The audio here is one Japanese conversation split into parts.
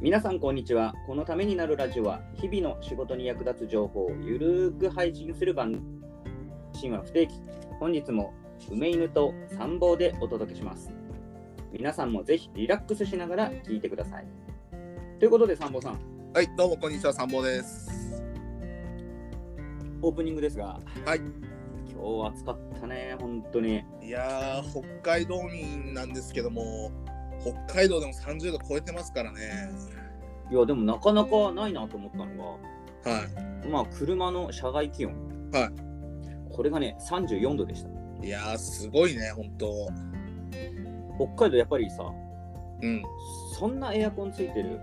皆さんこんにちはこのためになるラジオは日々の仕事に役立つ情報をゆるーく配信する番組発信は不定期本日も梅犬と参謀でお届けします皆さんもぜひリラックスしながら聞いてくださいということで参謀さんはい、どうもこんにちは、参謀です。オープニングですがはい今日は暑かったね本当にいやー、北海道民なんですけども、北海道でも30度超えてますからね。いやでもなかなかないなと思ったのはがまあ車の車外気温はいこれがね34度でしたい。いやー、すごいね、本当。北海道やっぱりさうん、そんなエアコンついてる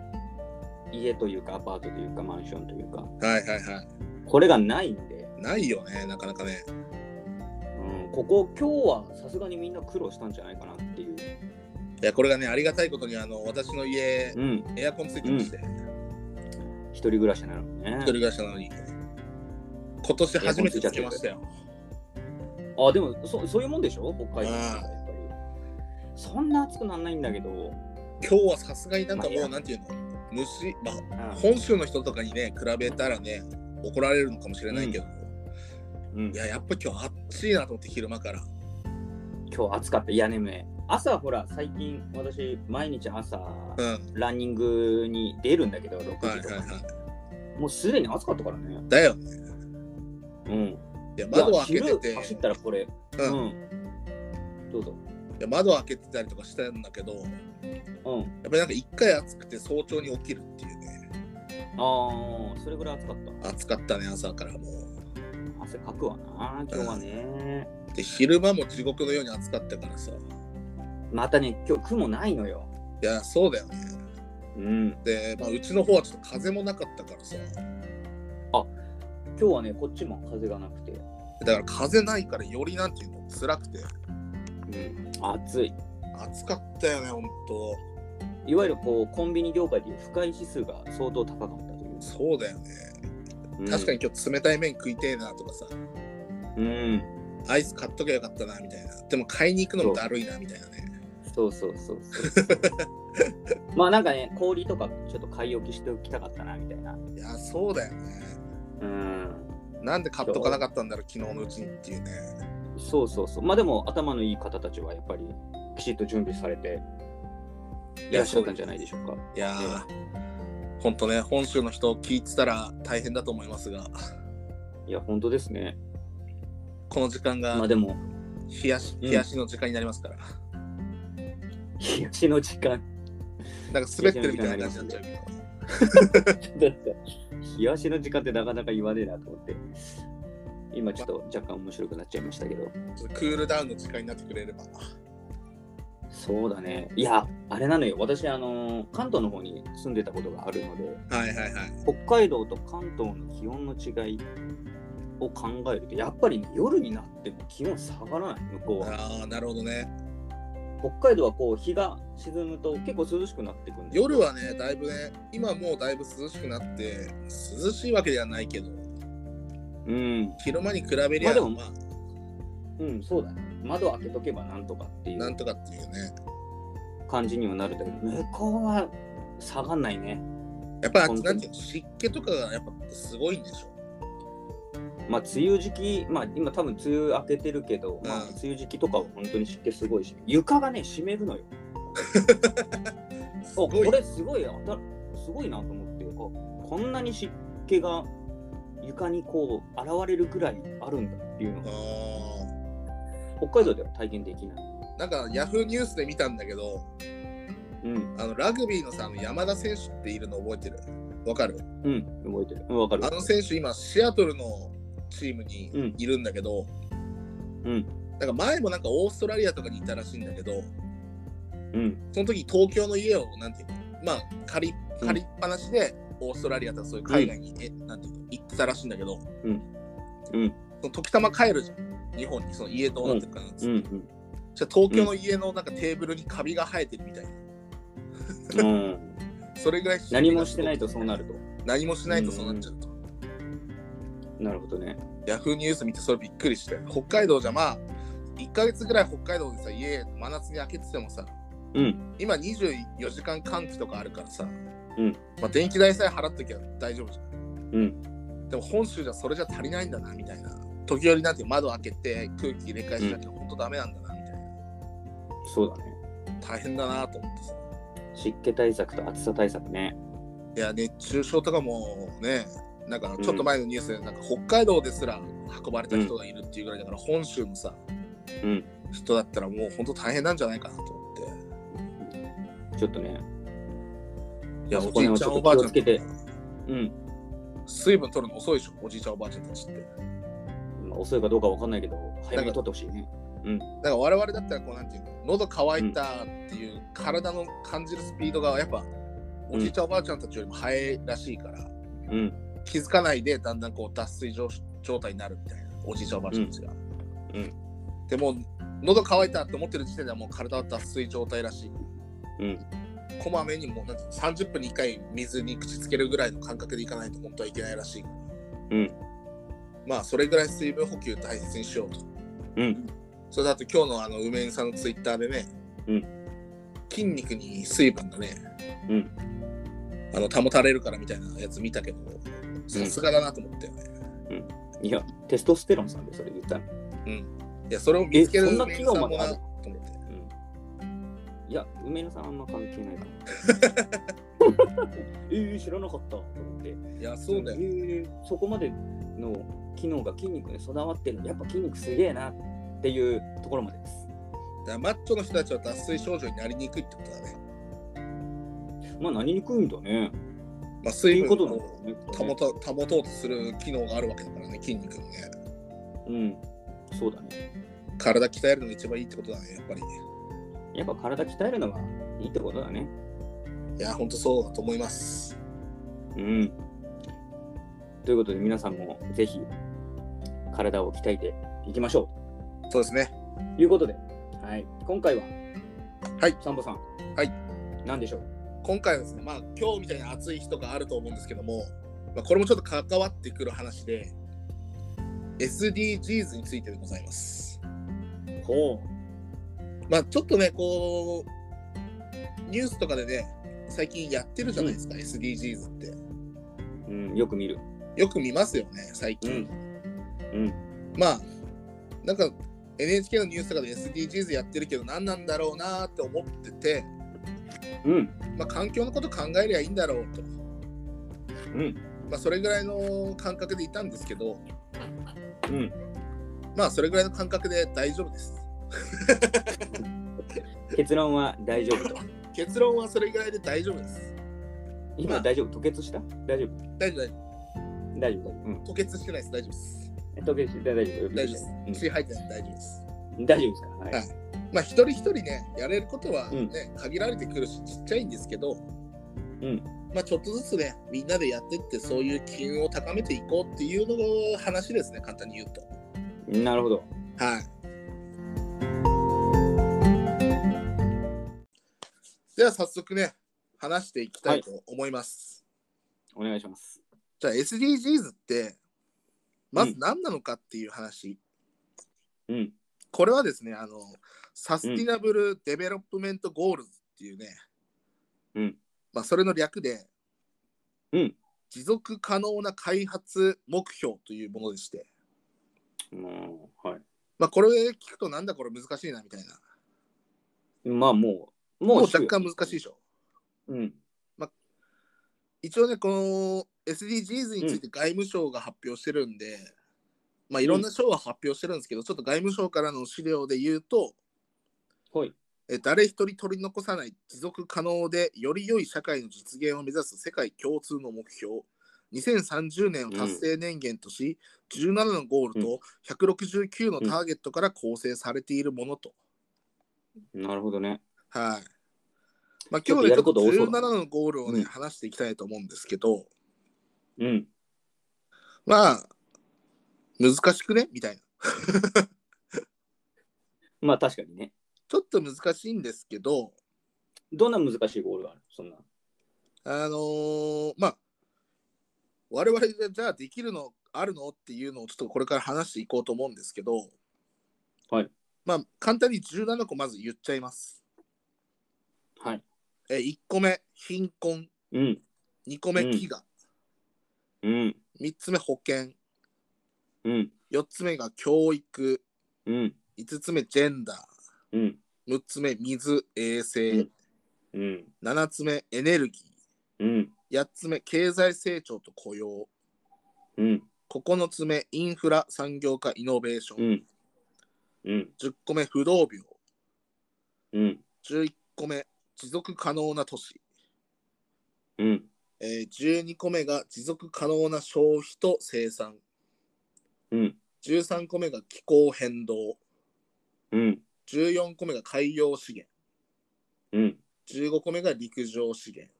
家というかアパートというかマンションというかはいはいはい。これがないんで、ないよね、なかなかね。うん、ここ今日はさすがにみんな苦労したんじゃないかなっていう、いや、これがね、ありがたいことに、あの、私の家、うん、エアコンついてまして、一人暮らしなのにね一人暮らしなのに。今年初めてつけましたよ。あでもそそういうもんでしょ北海道ああやっぱりそんな暑くならないんだけど、今日はさすがになんかまあいもやう、なんていうの、虫、まうあ、本州の人とかにね、比べたらね、怒られるのかもしれないけど、んうんい、や、やっぱ今日暑いなと思って、昼間から。今日暑かったいやねめ朝ほら最近私毎日朝うん。ランニングに出るんだけど6はい時とはいか、はい。もうすでに暑かったからねだよね。うんいや窓を開けて昼て、走ったらこれ、うんうん。どうぞ。いや窓を開けてたりとかしたんだけど、やっうん。ぱりなんか一回暑くて早朝に起きるっていうね。ああ、それぐらい暑かった。暑かったね、朝からもう。汗かくわな、今日はね。で、昼間も地獄のように暑かったからさ。いまたね、今日雲ないのよ。や、そうだよね。うん。で、まあ、うちの方はちょっと風もなかったからさ。今日はね、こっちも風がなくて。だから風ないからよりなんていうの、辛くて。うん。暑い。暑かったよね、ほんと。いわゆるこう、コンビニ業界でいう不快指数が相当高かったという。そうだよね。うん確かに今日冷たい麺食いてえなとかさ、うん。アイス買っときゃよかったなみたいな。でも買いに行くのもだるいなみたいなね。そうそうそうそうそう。 まあなんかね、氷とかちょっと買い置きしておきたかったな、みたいな。いや、そうだよね。うん。なんで買っとかなかったんだろう、昨日のうちにっていうね。そうそうそう。まあでも頭のいい方たちはやっぱりきちっと準備されていらっしゃったんじゃないでしょうか。いやー、ほんとね、本州の人聞いてたら大変だと思いますが、いや、本当ですね。この時間まあがでも、冷やしうん冷やしの時間になりますから、日差しの時間、なんか滑ってるみたいな感じになっちゃうけど。だって、日差しの時間ってなかなか言わねえなと思って、今ちょっと若干面白くなっちゃいましたけど、ちょっとクールダウンの時間になってくれれば。そうだね。いや、あれなのよ。私、あのー関東の方に住んでたことがあるので、はいはいはい。北海道と関東の気温の違いを考えると、やっぱりね、夜になっても気温下がらない、向こうは。ああ、なるほどね。北海道はこう日が沈むと結構涼しくなってくるんですよ夜はね、だいぶね、今もうだいぶ涼しくなって、涼しいわけではないけど、うん、昼間に比べりまあゃ、でもまあ、うん、そうだね窓開けとけばなんとかっていなうんとかっていうね。感じにはなるんだけど向こうは下がんないねやっぱ、本当になんていうの、湿気とかがやっぱすごいんでしょ。まあ梅雨時期まあ今多分梅雨明けてるけど、まあうん梅雨時期とかは本当に湿気すごいし床がね湿るのよ すおごこいれすごいあたすごいなと思ってあこんなに湿気が床にこう現れるぐらいあるんだっていうのがあ北海道では体験できない、ーなんかヤフーニュースで見たんだけど、うんあのラグビーのさ、あの山田選手っているの覚えてるわかるうん、覚えてる。うん、わかるあ。の選手、今、シアトルのチーうムんにいるんだけど、うん、なんか前もなんかオーストラリアとかにいたらしいんだけど、うん、その時東京の家を、なんていうの、まあ、借り借りっぱなしで、オーストラリアとかそういう海外に、えなんていうの行ってたらしいんだけど、うん、その時たま帰るじゃん、日本に、その家どうなってるかなっつって。うん、じゃあ東京の家のなんかテーブルにカビが生えてるみたいな。うん。それぐらい何もしてないとそうなると。何もしないとそうなっちゃうと。なるほどね。ヤフーニュース見てそれびっくりして北海道じゃまあ1ヶ月ぐらい北海道でさ家真夏に開けててもさうん、今24時間換気とかあるからさうんまあ、電気代さえ払っときゃ大丈夫じゃん。うん。でも本州じゃそれじゃ足りないんだなみたいな。時折なんて窓開けて空気入れ替えしなきゃ本当ダメなんだなみたいそうだね。な。大変だなと思ってさ。湿気対策と暑さ対策ね。いや、熱中症とかもね、なんかちょっと前のニュースで、なんか北海道ですら運ばれた人がいるっていうぐらいだから、本州のさ、うん。人だったらもう本当大変なんじゃないかなと思って。ちょっとね。いや、そおこじねいちゃん、おばあちゃんちょっと気をつけてうん。水分取るの遅いでしょ、おじいちゃん、おばあちゃんたちって。まあ、遅いかどうかわかんないけど、早めに取ってほしいね。だから我々だったら、こうなんていうの、喉乾いたっていう体の感じるスピードがやっぱ、おじいちゃん、おばあちゃんたちよりも速いらしいから、うん。気づかないでだんだんこう脱水状状態になるみたいな、おじいちゃん、おばあちゃんたちが。うんうでも、喉乾いたって思ってる時点ではもう体は脱水状態らしい。うん。こまめにもうなんていうの30分に1回水に口つけるぐらいの感覚でいかないと本当はいけないらしい。うん。まあ、それぐらい水分補給大切にしようと。うん。それだと今日のあの梅井さんのツイッターでね、うん筋肉に水分がね、うんあの保たれるからみたいなやつ見たけど、さすがだなと思ったよね。いや、テストステロンさんでそれ言ったの。いや、それを見つけるえそんな梅井さ機んも能まなであと思って。うん。いや、梅野さんあんま関係ないかな。 えー、知らなかったと思って。いや、そうだよ。えーそこまでの機能が筋肉に備わってるのやっぱ筋肉すげえなっていうところまでです。だからマッチョの人たちは脱水症状になりにくいってことだね。まあ、なりにくいんだね。まあ、と水いうこと分なをんだろうね。保と保とうとする機能があるわけだからね、筋肉にね。うん。そうだね。体鍛えるのが一番いいってことだね、やっぱりね。やっぱ体鍛えるのがいいってことだね。いや、本当そうだと思います。うん。ということで皆さんもぜひ体を鍛えていきましょそうですね。うということで、はい、今回は、はい、サンボさん、はい、何でしょう今回はですね、まあ、今日みたいな暑い日とかあると思うんですけども、まあ、これもちょっと関わってくる話で、SDGs についてでございます。ほまあ、ちょっとね、こう、ニュースとかでね、最近やってるじゃないですか、SDGs って。う、うん、よく見る。よく見ますよね、最近。うん、まあ、なんか NHK のニュースとかで SDGs やってるけど、何なんだろうなーって思ってて、うん、まあ、環境のこと考えりゃいいんだろうと。うん、まあ、それぐらいの感覚でいたんですけど、うん。まあそれぐらいの感覚で大丈夫です。結論は大丈夫と。結論はそれぐらいで大丈夫です。ま今あ大丈夫、吐血した大丈夫、大丈夫、大丈大夫。丈夫、大丈夫。うん、吐血してないです。大丈夫です。吐血して大丈夫。大丈夫うでんす。血入ってない。大丈夫です。大丈夫ですかはい。はいまあ一人一人ね、やれることはうんね、限られてくるし、ちっちゃいんですけど、うんまあちょっとずつね、みんなでやってって、そういう機運を高めていこうっていうのが話ですね、簡単に言うと。なるほど。はい。では早速ね、話していきたいと思います。お願いします。じゃあ SDGs って、まず何なのかっていう話。うん、これはですね、あの、サスティナブル・デベロップメント・ゴールズっていうね、うん、まあ、それの略で、うん持続可能な開発目標というものでして、もう、はい。まあ、これ聞くとなんだこれ難しいなみたいな。まあ、もう、もうもう若干難しいでしょ。うん、一応ね、この SDGs について外務省が発表してるんで、まあいろんな省が発表してるんですけど、ちょっと外務省からの資料で言うと、はい。え誰一人取り残さない持続可能でより良い社会の実現を目指す世界共通の目標、2030年を達成年限とし、17のゴールと169のターゲットから構成されているものと。なるほどね。はい。まあ、ちょ今っと日はやるちょっとこと多そう17だのゴールをね、うん話していきたいと思うんですけど、うん。まあ、難しくねみたいな。まあ確かにね。ちょっと難しいんですけど、どんな難しいゴールがあるそんな。あのーまあ、我々がじゃあできるの、あるのっていうのをちょっとこれから話していこうと思うんですけど、はい。まあ、簡単に17個まず言っちゃいます。はい。え、1個目、貧困。うん。 2個目、うん飢餓。うん、 3つ目、保険。うん、 4つ目が教育。うん、 5つ目、ジェンダうん、ー。6つ目、水、衛うん生。うん、 7つ目、エネルギうん、ー。8つ目、経済成長と雇用。うん、 9つ目、インフラ、産業化、イノベーショうン。ん、うん、 10個目、不動病。うん、 11個目、持続可能な都市。うん、えー12個目が持続可能な消費と生産。うん、 13個目が気候変動。うん、 14個目が海洋資源。うん、 15個目が陸上資源。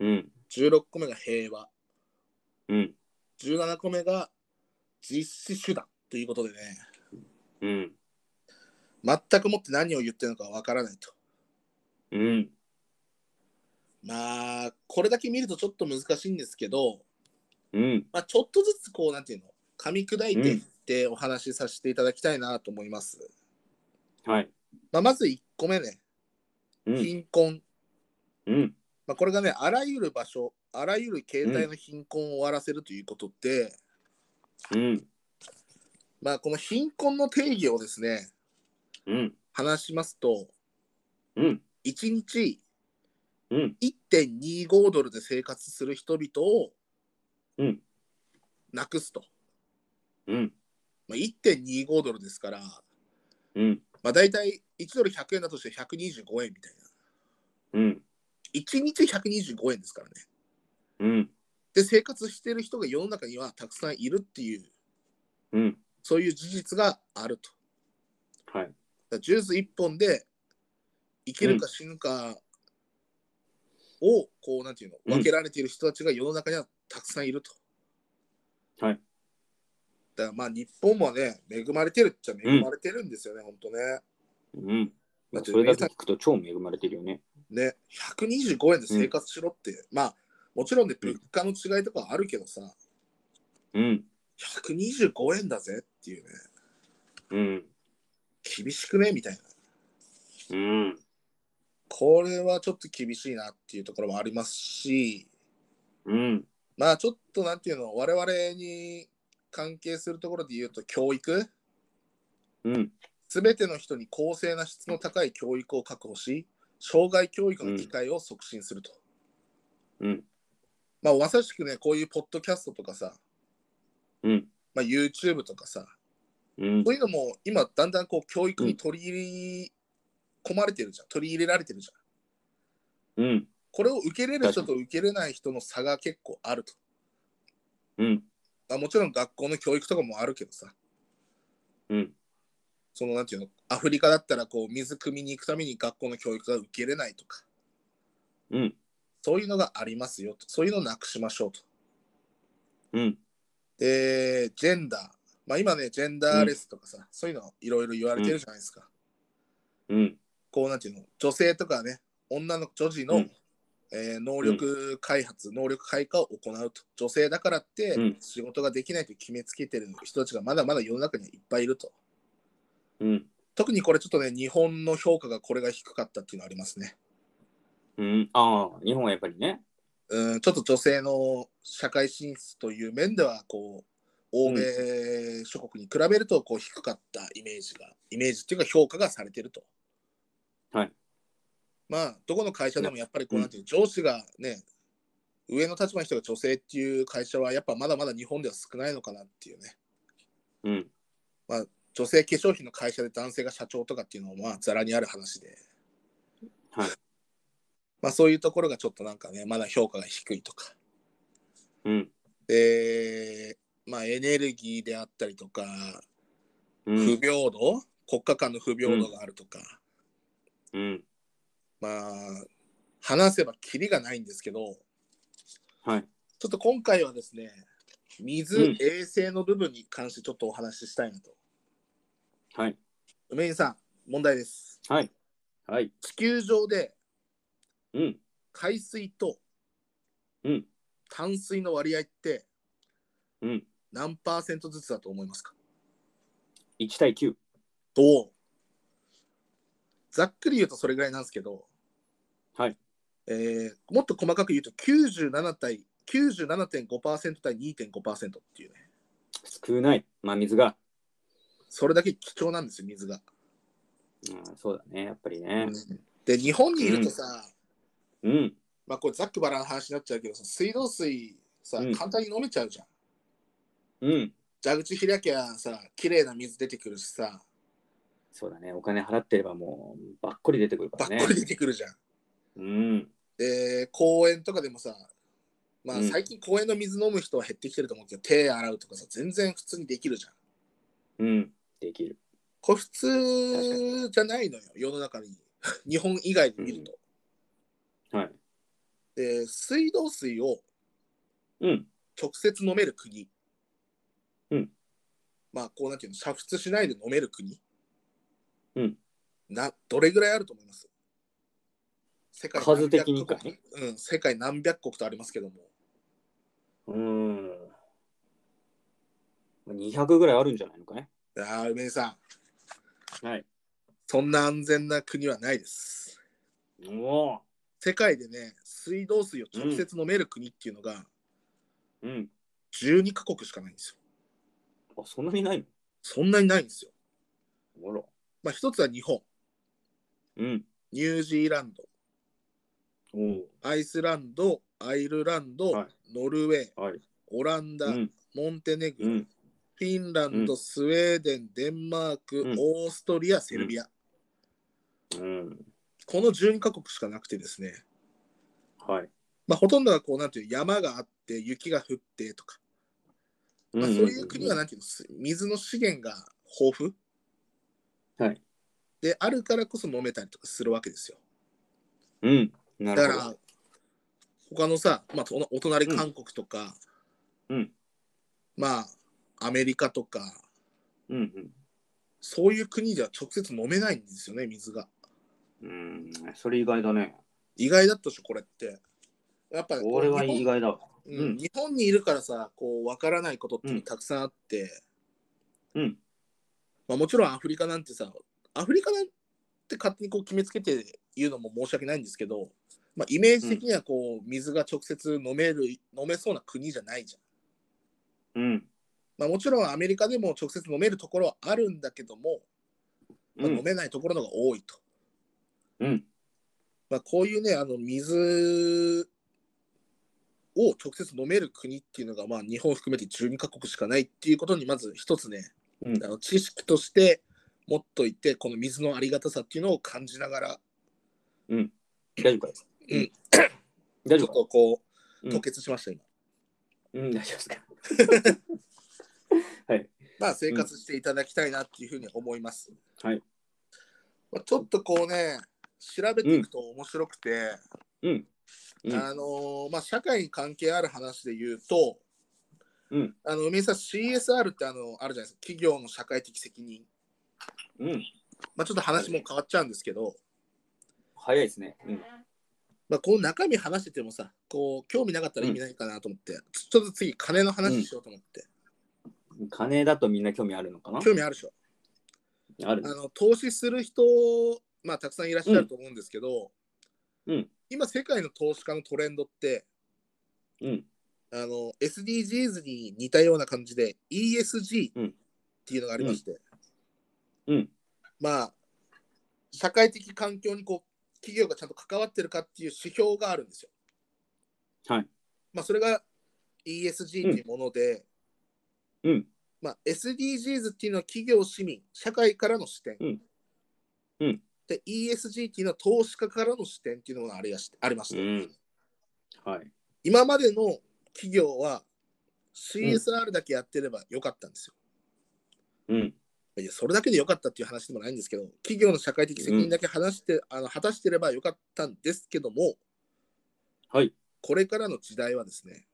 うん、 16個目が平和。うん、 17個目が実施手段ということでね、うん、全くもって何を言ってるのかわからないと。うん、まあ、これだけ見るとちょっと難しいんですけど、うん、まあ、ちょっとずつこう、なんていうの、噛み砕いていっうんてお話しさせていただきたいなと思います。はい。まあ、まず1個目ね、うん、貧困。うん、まあ、これがね、あらゆる場所、あらゆる形態の貧困を終わらせるということで、うん、まあ、この貧困の定義をですね、うん、話しますと、うん、 1日うん、 1.25ドルで生活する人々をうん、なくすと。うん、まあ、1.25ドルですから、うん、まあ、大体1ドル100円だとして125円みたいうな。ん、 1日125円ですからね。うん、で、生活している人が世の中にはたくさんいるっていう、うん、そういう事実があると。はい。だからジュース1本で生きるか死ぬかを、こう、なんていうの、うん分けられている人たちが世の中にはたくさんいると。はい。だからまあ、日本もね、恵まれてるっちゃ恵まれてるんですよね、本当ね。うん。それだけ聞くと超恵まれてるよね。ね、125円で生活しろって、まあ、もちろんね、物価の違いとかはあるけどさ、うん、 125円だぜっていうね、うん、厳しくねみたいな。うん、これはちょっと厳しいなっていうところもありますし、うん、まあちょっとなんていうの、我々に関係するところで言うと、教育、うん、すべての人に公正な質の高い教育を確保し、障害教育の機会を促進すると。うん、まあまさしくね、こういうポッドキャストとかさ、うん、まあ、YouTube とかさ、うんこう、いうのも今だんだんこう教育に取り入れ込まれてるじゃん、取り入れられてるじゃん。うん、これを受け入れる人と受け入れない人の差が結構あると。うん、まあ、もちろん学校の教育とかもあるけどさ、うん、そのなんていうの、アフリカだったらこう水汲みに行くために学校の教育が受け入れないとか、うん、そういうのがありますよと。そういうのをなくしましょうと。うん、で、ジェンダー。まあ今ね、ジェンダーレスとかさ、そういうのいろいろ言われてるじゃないですか。うん、こうなんていうの、女性とかね、女の女児の、うんえー能力開発、能力開花を行うと。女性だからってうん仕事ができないと決めつけてる人たちがまだまだ世の中にはいっぱいいると。うん、特にこれちょっとね、日本の評価がこれが低かったっていうのありますね。うん、ああ、日本はやっぱりね。うん、ちょっと女性の社会進出という面では、こう、欧米諸国に比べるとこう低かったイメージが、イメージっていうか評価がされてると。はい。まあ、どこの会社でもやっぱりこううんなんていう、上司がね、上の立場の人が女性っていう会社は、やっぱまだまだ日本では少ないのかなっていうね。うん、女性化粧品の会社で男性が社長とかっていうのは、まあ、ざらにある話で。はい。まあ、そういうところがちょっとなんかね、まだ評価が低いとか。うん、で、まあ、エネルギーであったりとか、う不ん、平等、国家間の不平等があるとか、うん、まあ、話せばキリがないんですけど、はい。ちょっと今回はですね、水、うん衛生の部分に関してちょっとお話ししたいなと。はい。梅井さん、問題です。はい。はい。地球上でうん。海水とうん。淡水の割合ってうん。何パーセントずつだと思いますか1対9。どうざっくり言うとそれぐらいなんですけど、はい。えーもっと細かく言うと97対97.5%対2.5%っていうね少ない。まあ、水が。それだけ貴重なんですよ水が、うん、そうだね、やっぱりね。で日本にいるとさ、うん。まあこれざっくばらんの話になっちゃうけどさ水道水さうん簡単に飲めちゃうじゃん、うん。蛇口開きゃさ綺麗な水出てくるしさそうだね。お金払ってればもう、ばっこり出てくるかばらっね。こり出てくるじゃうん、ん。で公園とかでもさまうあん最近公園の水飲む人は減ってきてると思うけど、手洗うとかさ全然普通にできるじゃうんん。できる。これ普通じゃないのよ世の中に 日本以外で見ると、はい。で水道水をうん。直接飲める国、うんまあこうなんていうの煮沸しないで飲める国、うんなどれぐらいあると思います世界数的にか何百国うん、世界何百国とありますけどもうん。200ぐらいあるんじゃないのかね。ああ梅井さんはいそんな安全な国はないですおお。世界でね水道水を直接飲める国っていうのがうん。 12カ国しかないんですあ、よそんなにないそんなにないんですよのあら。まあ一つは日本うん。ニュージーランドおアイスランド、アイルランド、はいノルウェー、お。はい。オランうダ、ん。モンテネグうロ、ん。フィンランうド、んスウェーデン、デンマーク、うんオーストリア、セルビア、うん。この12カ国しかなくてですね、はい。まあ、ほとんどがこうなんていう山があって、雪が降ってとか、まあ、そういう国はなんていうの、す水の資源が豊富、はい、であるからこそ飲めたりとかするわけですよ。うん。なだるかほど。ら、他のさ、まあ、おお隣韓国とか、うん。まあ、アメリカとか、うん。そういう国では直接飲めないんですよね、水が。うん。うん。それ意外だね。意外だったでしょ、これって。やっぱこう俺は意日外だわ。本,うん、うん日本にいるからさ、こう、わからないことっていうのうんたくさんあって、うん。まあ、もちろんアフリカなんてさ、アフリカなんて勝手にこう決めつけて言うのも申し訳ないんですけど、まあ、イメージ的にはこう、水が直接飲める、飲めそうな国じゃないじゃん。うん。まあ、もちろんアメリカでも直接飲めるところはあるんだけども、まうあ、飲ん。めないところの方が多いと。うん。まあ、こういうね、あの水を直接飲める国っていうのが、まあ、日本を含めて12カ国しかないっていうことに、まず一つね、うんあ。の知識として持っといて、この水のありがたさっていうのを感じながら、大丈夫かいうん。大ち丈ょ夫っかとこうう、ん凍結しました、今。うん、大丈夫ですか。まあ、生活していただきたいなっていうふうに思います。はい。まあ、ちょっとこうね、調べていくと面白くて、うん。うんあのーまあ、社会に関係ある話で言うと、うん。あの梅井さん CSR ってあのあるじゃないですか企業の社会的責任、うん。まあ、ちょっと話も変わっちゃうんですけど、早いですね。うん。まあ、この中身話しててもさこう興味なかったら意味ないかなと思って、ちょっと次金の話しようと思って、金だとみんな興味あるのかな興味あるでしょあるあ。の投資する人、まあ、たくさんいらっしゃると思うんですけど、うん今世界の投資家のトレンドってうん。あの SDGs に似たような感じで ESG うんっていうのがありまして、うん。まあ、社会的環境にこう企業がちゃんと関わってるかっていう指標があるんですよ。はい。まあ、それが ESG っていうもので、うん。まあ、SDGs っていうのは企業、市民、社会からの視点。うんうんで、ESG っていうのは投資家からの視点っていうのがありやしありましうた、ん。はい。今までの企業は CSR だけやってればよかったんですよ。うん。いやそれだけで良かったっていう話でもないんですけど、企業の社会的責任だけ話して、あの果たしてれば良かったんですけども、はい。これからの時代はですね、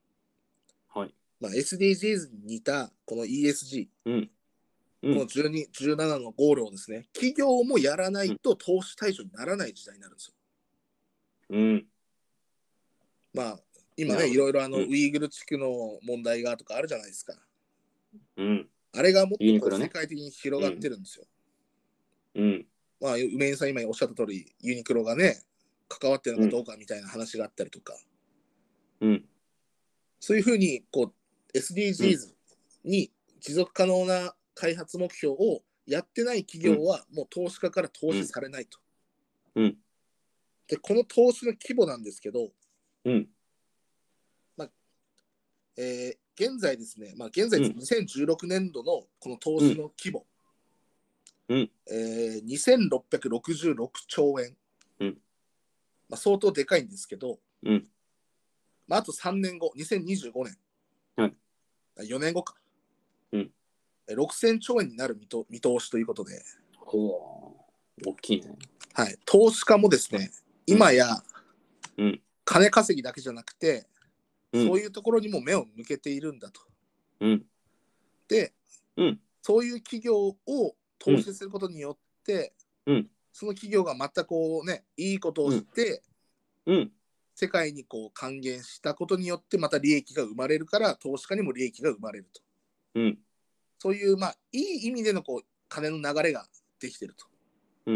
はい。まあ、SDGs に似たこの ESG、うん。うこん。の12 17のゴールをですね、企業もやらないと投資対象にならない時代になるんですよ。うん。まあ、今なるね、ほいどろいろあの、うんウイグル地区の問題がとかあるじゃないですか。うん。あれがもっとユニこクロうね世界的に広がってるんですよ。うん。まあ、梅井さん今おっしゃった通り、ユニクロがね、関わってるのかどうかみたいな話があったりとか、うん。そういうふうにこう SDGs に持続可能な開発目標をやってない企業はもう投資家から投資されないと。うんでこの投資の規模なんですけど、うん。えー現在ですね、まあ、現在うん2016年度のこの投資の規模、うんえー2666兆円、うんまあ、相当でかいんですけど、うんまあ、あと3年後2025年、はいあ4年後か、うんえー6000兆円になる見と見通しということで、ほう。大きいね。はい、投資家もですね今やうん金稼ぎだけじゃなくて、うんそういうところにも目を向けているんだと。うん。で、うんそういう企業を投資することによって、うんその企業がまたこうねいいことをして、うん。世界にこう還元したことによってまた利益が生まれるから投資家にも利益が生まれるとうん。そういうまあいい意味でのこう金の流れができてると、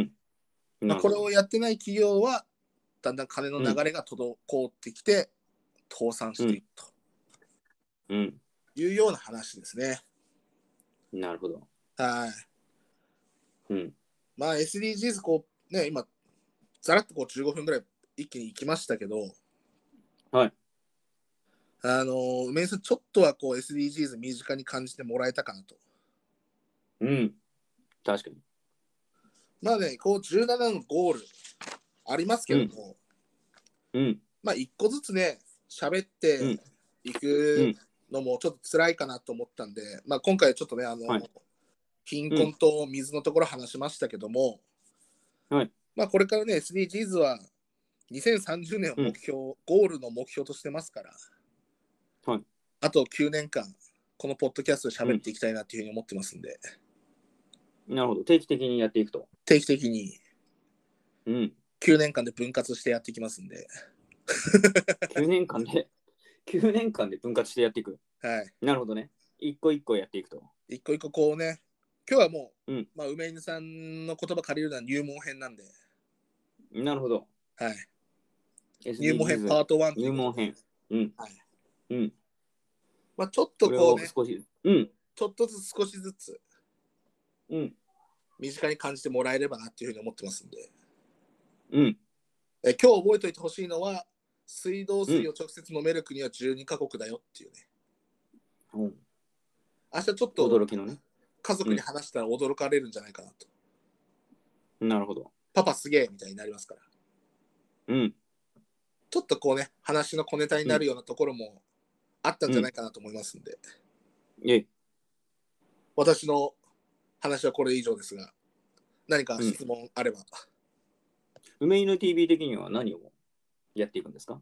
まあ、これをやってない企業はだんだん金の流れが滞ってきて倒産していくうん。というような話ですね。なるほど。はいうん。まあ SDGs こうね今ざらっとこう15分ぐらい一気に行きましたけどはいあのー梅井さんちょっとはこう SDGs 身近に感じてもらえたかなとうん。確かに。まあねこう17のゴールありますけども、うん。まあ一個ずつね喋っていくのもちょっと辛いかなと思ったんで、まあ今回ちょっとねあの、はい貧困と水のところ話しましたけども、はいまあこれからね SDGs は2030年を目標、ゴールの目標としてますから、はいあと9年間このポッドキャストで喋っていきたいなというふうに思ってますんで、なるほど。定期的にやっていくと。定期的にうん。 9年間で分割してやっていきますんで、 9年間で、9年間で分割してやっていく。はい、なるほどね。一個一個やっていくと。一個一個こうね今日はもう、うんまあ、梅犬さんの言葉借りるのは入門編なんで、なるほど。はい、入門編パート1とい入う門編。うん。はいうん。まあ、ちょっとそれこをうね少し。うん。ちょっとずつ少しずつうん。身近に感じてもらえればなっていうふうに思ってますんで、うん。えー今日覚えておいてほしいのは水道水を直接飲める国は12カ国だよっていうね、うん明日ちょっと驚きのね。家族に話したら驚かれるんじゃないかなと、なるほど。パパすげえみたいになりますからうん。ちょっとこうね話の小ネタになるようなところもあったんじゃないかなと思いますんで、え、私の話はこれ以上ですが何か質問あれば、梅犬 TV 的には何をやっていくんですか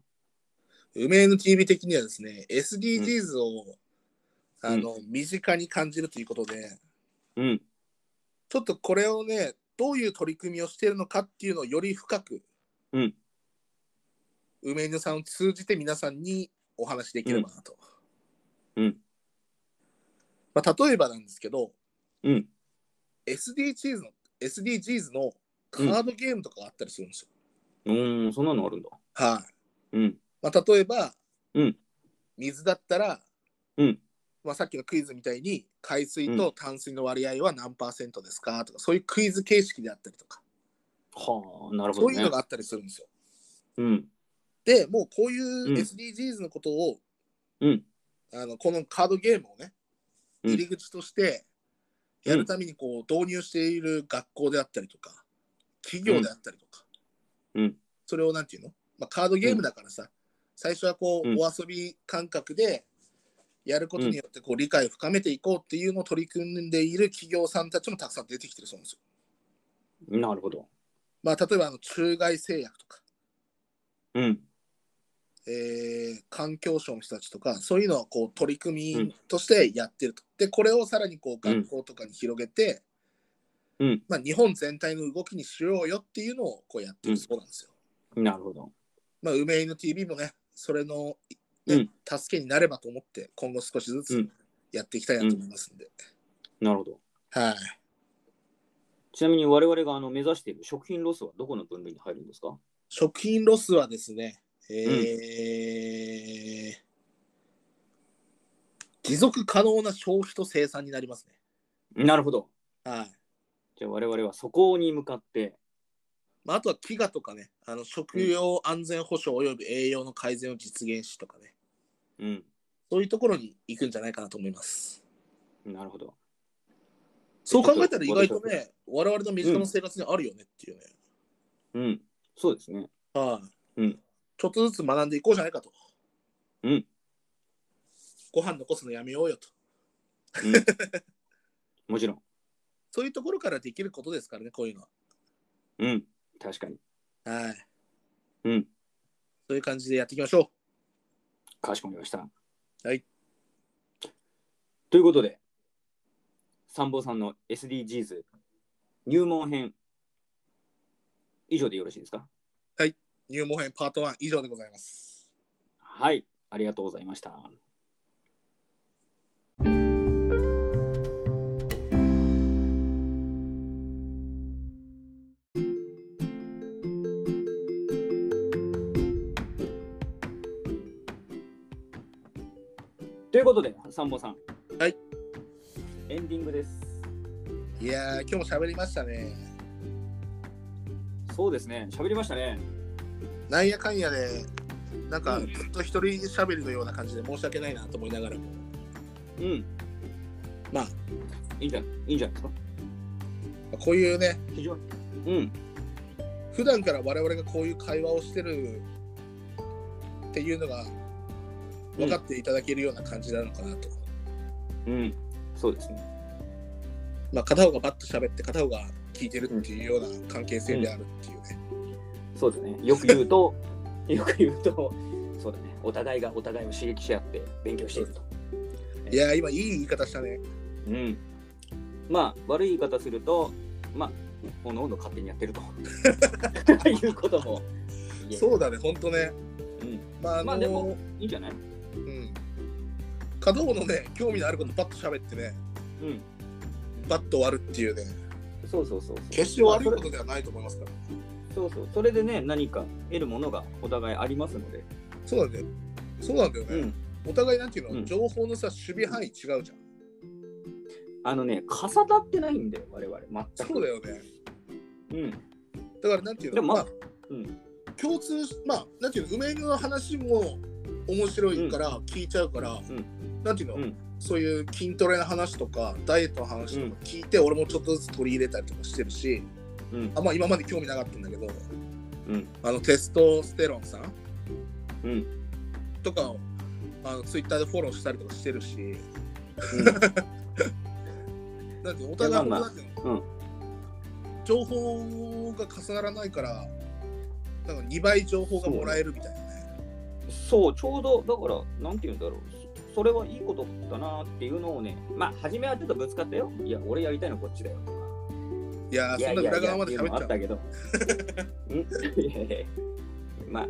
梅犬 TV 的にはですね SDGs を、んあの身近に感じるということで、うん。ちょっとこれをね、どういう取り組みをしているのかっていうのをより深く、うん梅犬さんを通じて皆さんにお話しできればなと。うんまあ、例えばなんですけど、うん。 SDGs の SDGs のカードゲームとかがあったりするんですうよ。ーん、そんなのあるんだ。はい、うん。まあ、例えば、うん水だったら、うんまあ、さっきのクイズみたいに海水と淡水の割合は何パーセントですかとかそういうクイズ形式であったりとか、はあ、なるほそどうね。いうのがあったりするんですよ。うん。でもうこういううん SDGs のことを、うん。あのこのカードゲームをねうん入り口としてやるためにこう導入している学校であったりとか企業であったりとか、うんそれをなんていうの、まあ、カードゲームだからさ、最初はこう、うんお遊び感覚でやることによってこう理解を深めていこうっていうのを取り組んでいる企業さんたちもたくさん出てきてるそうなんですよ。なるほど。まあ、例えばあの中外製薬とか、うん。えー環境省の人たちとかそういうのはこう取り組みとしてやってると、でこれをさらにこううん学校とかに広げて、うんまあ、日本全体の動きにしようよっていうのをこうやってるそうなんですよ、なるほど。まあ梅犬 TV もねそれの、ねうん助けになればと思って今後少しずうつんやっていきたいなと思いますんで、なるほど。はいちなみに我々があの目指している食品ロスはどこの分類に入るんですか食品ロスはですね、えー持続可能な消費と生産になりますね。なるほど。はいじゃあ我々はそこに向かって、まあ、あとは飢餓とかね、あの食料安全保障及び栄養の改善を実現しとかね、うん、そういうところに行くんじゃないかなと思います。なるほど。そう考えたら意外とね、我々の身近な生活にあるよねっていうね、うん、そうですね。はい、うんちょっとずつ学んでいこうじゃないかと。うん、ご飯残すのやめようよと。うん、もちろん。そういうところからできることですからね、こういうのは。うん、確かに。はい。うん、そういう感じでやっていきましょかしこまりました。はい。ということで、三坊さんの SDGs 入門編、以上でよろしいですかう。入門編パート1以上でございます。はい、ありがとうございました。ということで、三本さん。はい。エンディングです。いやー、今日も喋りましたね。そうですね、喋りましたね。なんやかんやで、なんかうんずっと一人喋りのような感じで申し訳ないなと思いながらも。うん。まあ、いいんじゃ、いいんじゃないですか。こういうね、非常に。うん。普段から我々がこういう会話をしてるっていうのが分かっていただけるような感じなのかなと。うん。そうですね。まあ、片方がバッと喋って片方が聞いてるっていうような関係性であるっていうね。そうですね。よく言うと、 よく言うと、そうだね。お互いがお互いを刺激し合って勉強していると。うんいやー、今いい言い方したね。うん。まあ、悪い言い方すると、まあ、おのおの勝手にやってると。 いうことも言える。そうだね、ほんとね。うん。まあ、あのーまあでもいいんじゃないうん。片方のね、興味のあることバッと喋ってね、うん。バッと終わるっていうね、そうそうそうそう。決して悪いこまあとではないと思いますから。それそうそう。それでね、何か得るものがお互いありますので。そうだね。そうなんだよね。うん。お互いなんていうの、うん情報のさ、守備範囲違うじゃん。あのね、かさたってないんだよ、我々。全く。そうだよね。うん。だからなんていうでの、もままああ、うん共通、まあ、なんていうの、梅の話も面白いから聞いちゃうから、なんていうの、うんそういう筋トレの話とか、ダイエットの話とか聞いて、俺もちょっとずつ取り入れたりとかしてるし、うん。あんま今まで興味なかったんだけど、うん。あのテストステロンさんうん。とかをあのツイッターでフォローしたりとかしてるし、 なんていうのお互いいやまあまあなんていうの情報が重ならないから、なんか2倍情報がもらえるみたいなね。そう、ちょうど、だから、なんて言うんだろう。そそれはいいことだなっていうのをね、まあ、初めはちょっとぶつかったよ。いや、俺やりたいのこっちだよ。とかいやー、いやそんいやないや裏側まっでていうの喋もあっっちゃたう。けど。うん いやいやいやまあ、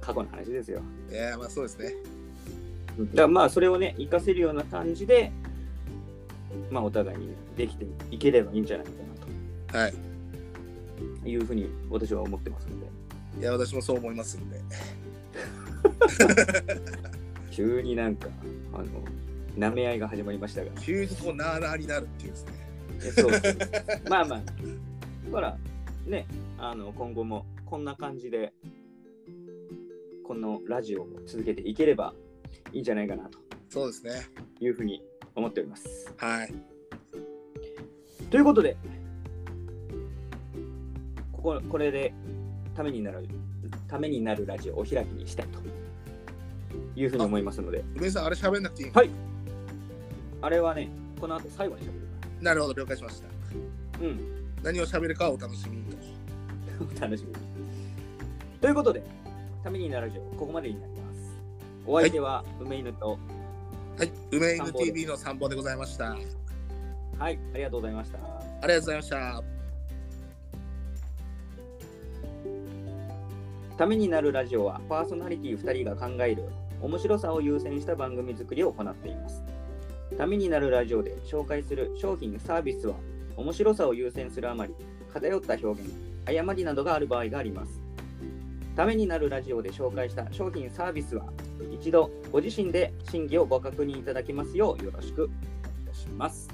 過去の話ですよ。いやー、まあそうですね。だからまあ、それをね、活かせるような感じで、まあ、お互いにね、できていければいいんじゃないかなはい。というふうに私は思ってますので。いや、私もそう思いますんで。急になんかあの舐め合いが始まりましたが急にこう、なーなーになるっていうですね。えそうそうまあまあだからねあの今後もこんな感じでこのラジオを続けていければいいんじゃないかなとそうですね。いうふうに思っておりますはい。ということでこここれでためになるためになるラジオをお開きにしたいというふうに思いますので梅井さん、あれ喋んなくていいはいあれはねこの後最後にしゃべるかなるほど、了解しました。らうん何を喋るかはお楽しみにと。お 楽しみに。ということで、ためになるラジオ、ここまでになります。お相手は梅犬と、はい。梅散犬歩で TV の散歩でございました。ありはい、ありがとうございました。がとうございました。ためになるラジオはパーソナリティ2人が考える面白さを優先した番組作りを行っています。ためになるラジオで紹介する商品サービスは面白さを優先するあまり偏った表現、誤りなどがある場合があります。ためになるラジオで紹介した商品サービスは一度ご自身で審議をご確認いただきますようよろしくお願いいたします。